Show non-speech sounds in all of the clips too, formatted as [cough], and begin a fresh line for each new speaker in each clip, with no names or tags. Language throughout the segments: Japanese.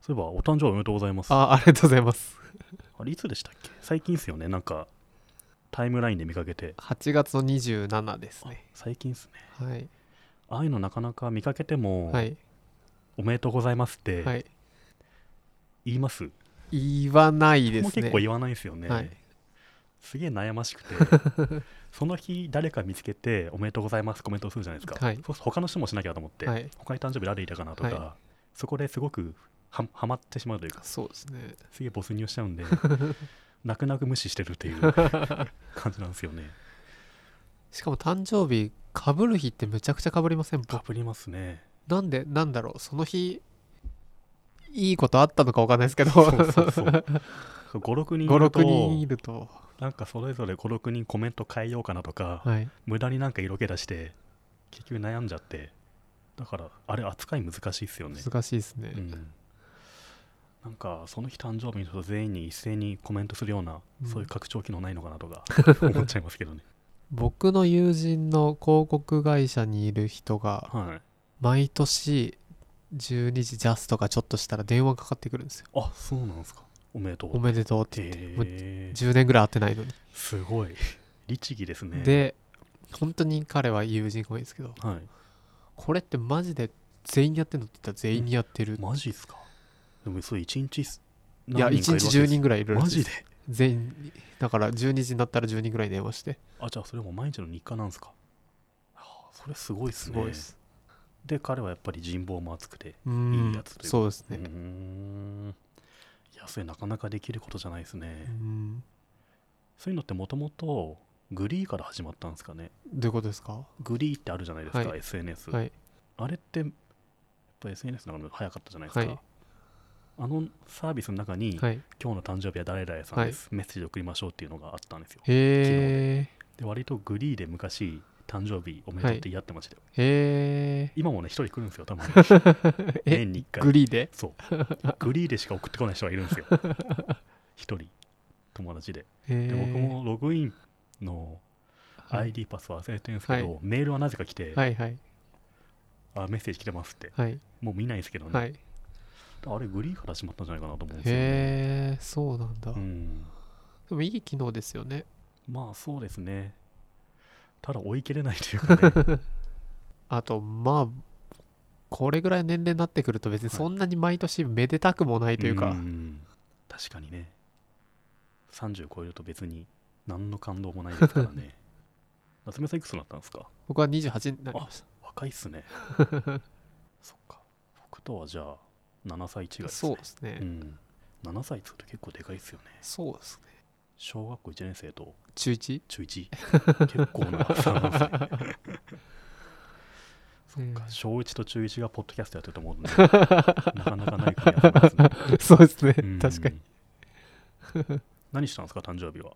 そういえば、お誕生日おめでとうございます。あ
あ、ありがとうございます。
れ、いつでしたっけ最近っすよね。なんか、タイムラインで見かけて。
8月の27ですね。
最近っすね。
はい。
ああいうのなかなか見かけても、
はい。
おめでとうございますって
はい。
言います。
言わないで
もう
すね。
結構言わないですよね。
はい
すげえ悩ましくて、その日、誰か見つけて、おめでとうございますコメントするじゃないですか。
はい
そうすると他の人もしなきゃと思って、
はい。
他に誕生日誰いたかなとか、
は
そこですごくははまってしまうというか、
そうですね。
すげえ没入しちゃうん
[laughs]
で、泣く泣く無視してるっていう感じなんですよね。
しかも誕生日、かぶる日ってむちゃくちゃかぶりません
かぶりますね。
なんで、なんだろう、その日、いいことあったのかわかんないですけど、
そうそう
[laughs]
そう。5、6人い
5、
る
6人い
と、
ると、
なんかそれぞれ5、6人コメント変えようかなとか、
はい。
無駄になんか色気出して、結局悩んじゃって、だから、あれ、扱い難しいですよね。
難しいですね。
うんなんかその日誕生日の人全員に一斉にコメントするような、
うん
そういう拡張機能ないのかなと
[laughs]
か思っちゃいますけどね。
僕の友人の広告会社にいる人が、
はい、
毎年、12時ジャストがちょっとしたら電話かかってくるんですよ。
あそうなんですか。おめでとう。
おめでとうって言って、もう
えー、
10年ぐらい会ってないのに。
すごい。律儀ですね。、
で、本当に彼は友人が多いんですけど、
は
これってマジで全員やってんのって言ったら全員にやってる。
い、マジですか。でもそう一日す
いや、1
何
日
人かるわけ
10人ぐらいいるら
マ
しい
ジ
す
で。
全員だから12時になったら10人ぐらいに電話して
あじゃあそれも毎日の日課なんですか。あそれすごいです
す
ね。
ごいです、
で彼はやっぱり人望も厚くて。
う
い
ん
いやつというか
そうです
うー
ね、
ん。いやそれなかなかできることじゃないですね。
うん
そういうのってもともとグリーから始まったんですかね。
どういうことですか
グリーってあるじゃないですか、
はい
SNS、
はい
あれって、やっぱ SNS なの早かったじゃないですか。
はい
あのサービスの中に、
はい
今日の誕生日は誰々さんです、メッセージ送りましょうっていうのがあったんですよ。
へ
で、割とグリーで昔、誕生日おめでとうってやってましたよ。
えへ
今もね、一人来るんですよ、たまに。
ー [laughs] え
年に一回。
グリーで
そう。グリーでしか送ってこない人がいるん
[laughs]
ですよ。一人、友達で。
へ
で、
ー
僕もログインの ID パス忘れてるんですけど、
は
メールはなぜか来て、
はいはい
あメッセージ来てますって、
はい
もう見ないですけどね、
はいへ
あれ、グリーから始まったんじゃないかなと思うんですよね。
えそうなんだ、
うん、
でもいい機能ですよね
まあそうですね、ただ追い切れないというかね、
あとまあこれぐらいの年齢になってくると別に
はい
そんなに毎年めでたくもないというか、
ん確かにね、30超えると別に何の感動もないですから [laughs] ね。夏目さん、いくつになったんですか
僕は28になりまし
若いっす [laughs] ね。そっか、僕とはじゃあ、7歳違いです、
た
ね。
そうですね、
うん、7歳っつうと結構でかいっすよね。
そうですね
小学校1年生と
中 1?
中1結構な差なんですね [laughs]
そっか
小1と中1がポッドキャストやってると思うんでなかなかない組み合わせです [laughs] ね
[laughs] そうですね、
うん
確かに。
何したんですか誕生日は、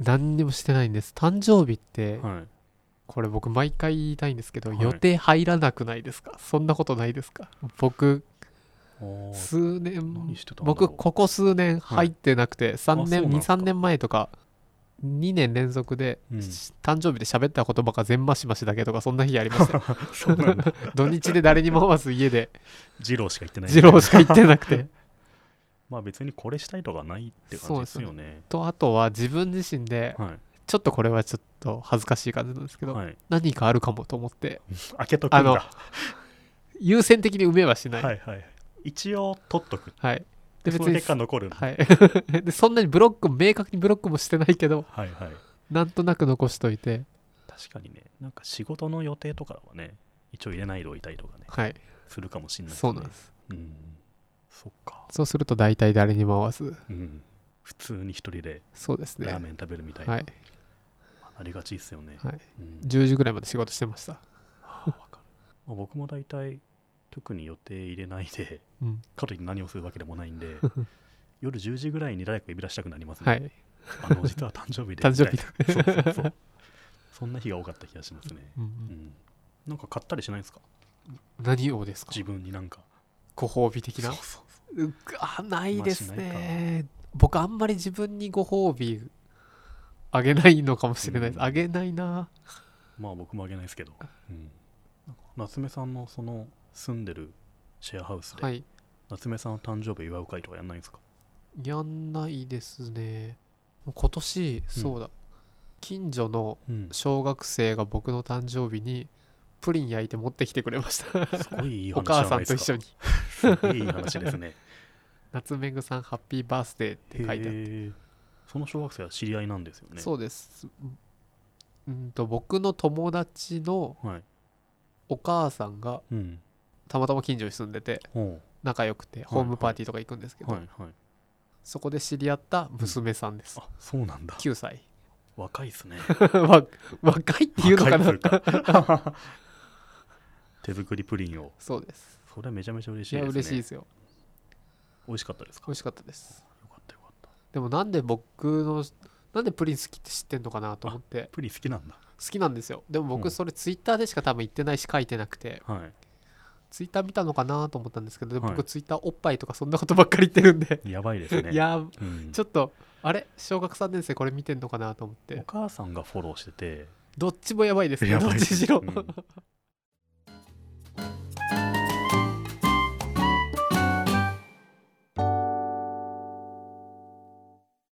何にもしてないんです誕生日って、
はい、
これ僕毎回言いたいんですけど、
はい
予定入らなくないですかそんなことないですか僕
おー
数年
何してたんだろう
僕ここ数年
はい
入ってなくて、3
そう
年
なんですか
23年前とか2年連続で、
うん
誕生日で喋った言葉が全マシマシだけとかそんな日ありましたよ
[laughs] そうなんだ
[laughs] 土日で誰にも会わず家で
[laughs] 二郎しか言ってない
二郎しか行ってなくて
[laughs] まあ別にこれしたいとかないって感じですよね
とあとは自分自身で
は
ちょっとこれはちょっと恥ずかしい感じなんですけ
い、
ど、
はい、
何かあるかもと思って
開けとくんだ
あの
は
優先的に埋めはしない
いはいはい一応取っとく
はい。で、
でそ
別
の
に
結、果残るんだ
はい。 [laughs] で、そんなにブロックも、明確にブロックもしてないけど、
はいはい
なんとなく残しといて、
確かにねなんか仕事の予定とかはね一応入れないでおいたりとかね
はい。
するかもしれない、ね、
そうなんです。
うんそっか
そうすると、大体誰にも合わず、
うん普通に一人で
そうですね。
ラーメン食べるみたいな、
はい。
ありがちですよね、
はい
うん
10時ぐらいまで仕事してました。
あわかるまあ僕も大体特に予定入れないで
うん。
かといって何をするわけでもないん
[laughs]
で夜10時ぐらいに誰か呼び出したくなりますね、
はい。
あの実は誕生日で
誕生日
みたいなそうそうそうそんな日が多かった気がしますね、
うんう
うんん、なんか買ったりしないんですか
何をですか
自分になんか
ご褒美的
そ
な
うそう
うあないです
まあし
ね。僕、あんまり自分にご褒美あげないのかもしれないです。
うん
あげないな。
まあ僕もあげないですけど、うん、なんか夏目さんのその住んでるシェアハウスで
はい。
夏目さんの誕生日祝う会とかやんないんですか
やんないですね今年そうだ、近所の [laughs]
うん
小学生が僕の誕生日にプリン焼いて持ってきてくれました
すごいいい
お
話じゃ
母
な
さ
い
ん
で
と
すか
一緒に
すごいいい話です
[laughs]
ね
「夏目ぐさんハッピーバースデー」って書いてある
へーその小学生は知り合いなんですよね
そうですうんと僕の友達の
はい
お母さんが
うん
たまたま近所に住んでて
ほ
仲良くてホームパーティーとか行くんですけ
う
ど、
はいはい
そこで知り合った娘さんです、
あそうなんだ
9歳 [laughs]
若いですね
わ若いっていうのか
若
ない
というか [laughs] 手作りプリンを
そうです
それはめちゃめちゃ嬉し
い
いで
や
すね
嬉しいですよ
美味しかったですか
美味しかったです
よかったよかった
でもなんで僕のなんでプリン好きって知ってんのかなと思って
プリン好きなんだ
好きなんですよでも
う
僕
ん
それツイッターでしか多分言ってないし書いてなくて
は
ツイッター見たのかなと思ったんですけどでも
は
僕
い
ツイッターおっぱいとかそんなことばっかり言ってるんで
いやばいですね
いや
うん
ちょっとあれ小学3年生これ見てんのかなと思っ
お
て
母さんがフォローしてて
どっちもやばいですね
や
ど
ば
っ
い
ちしろ
うん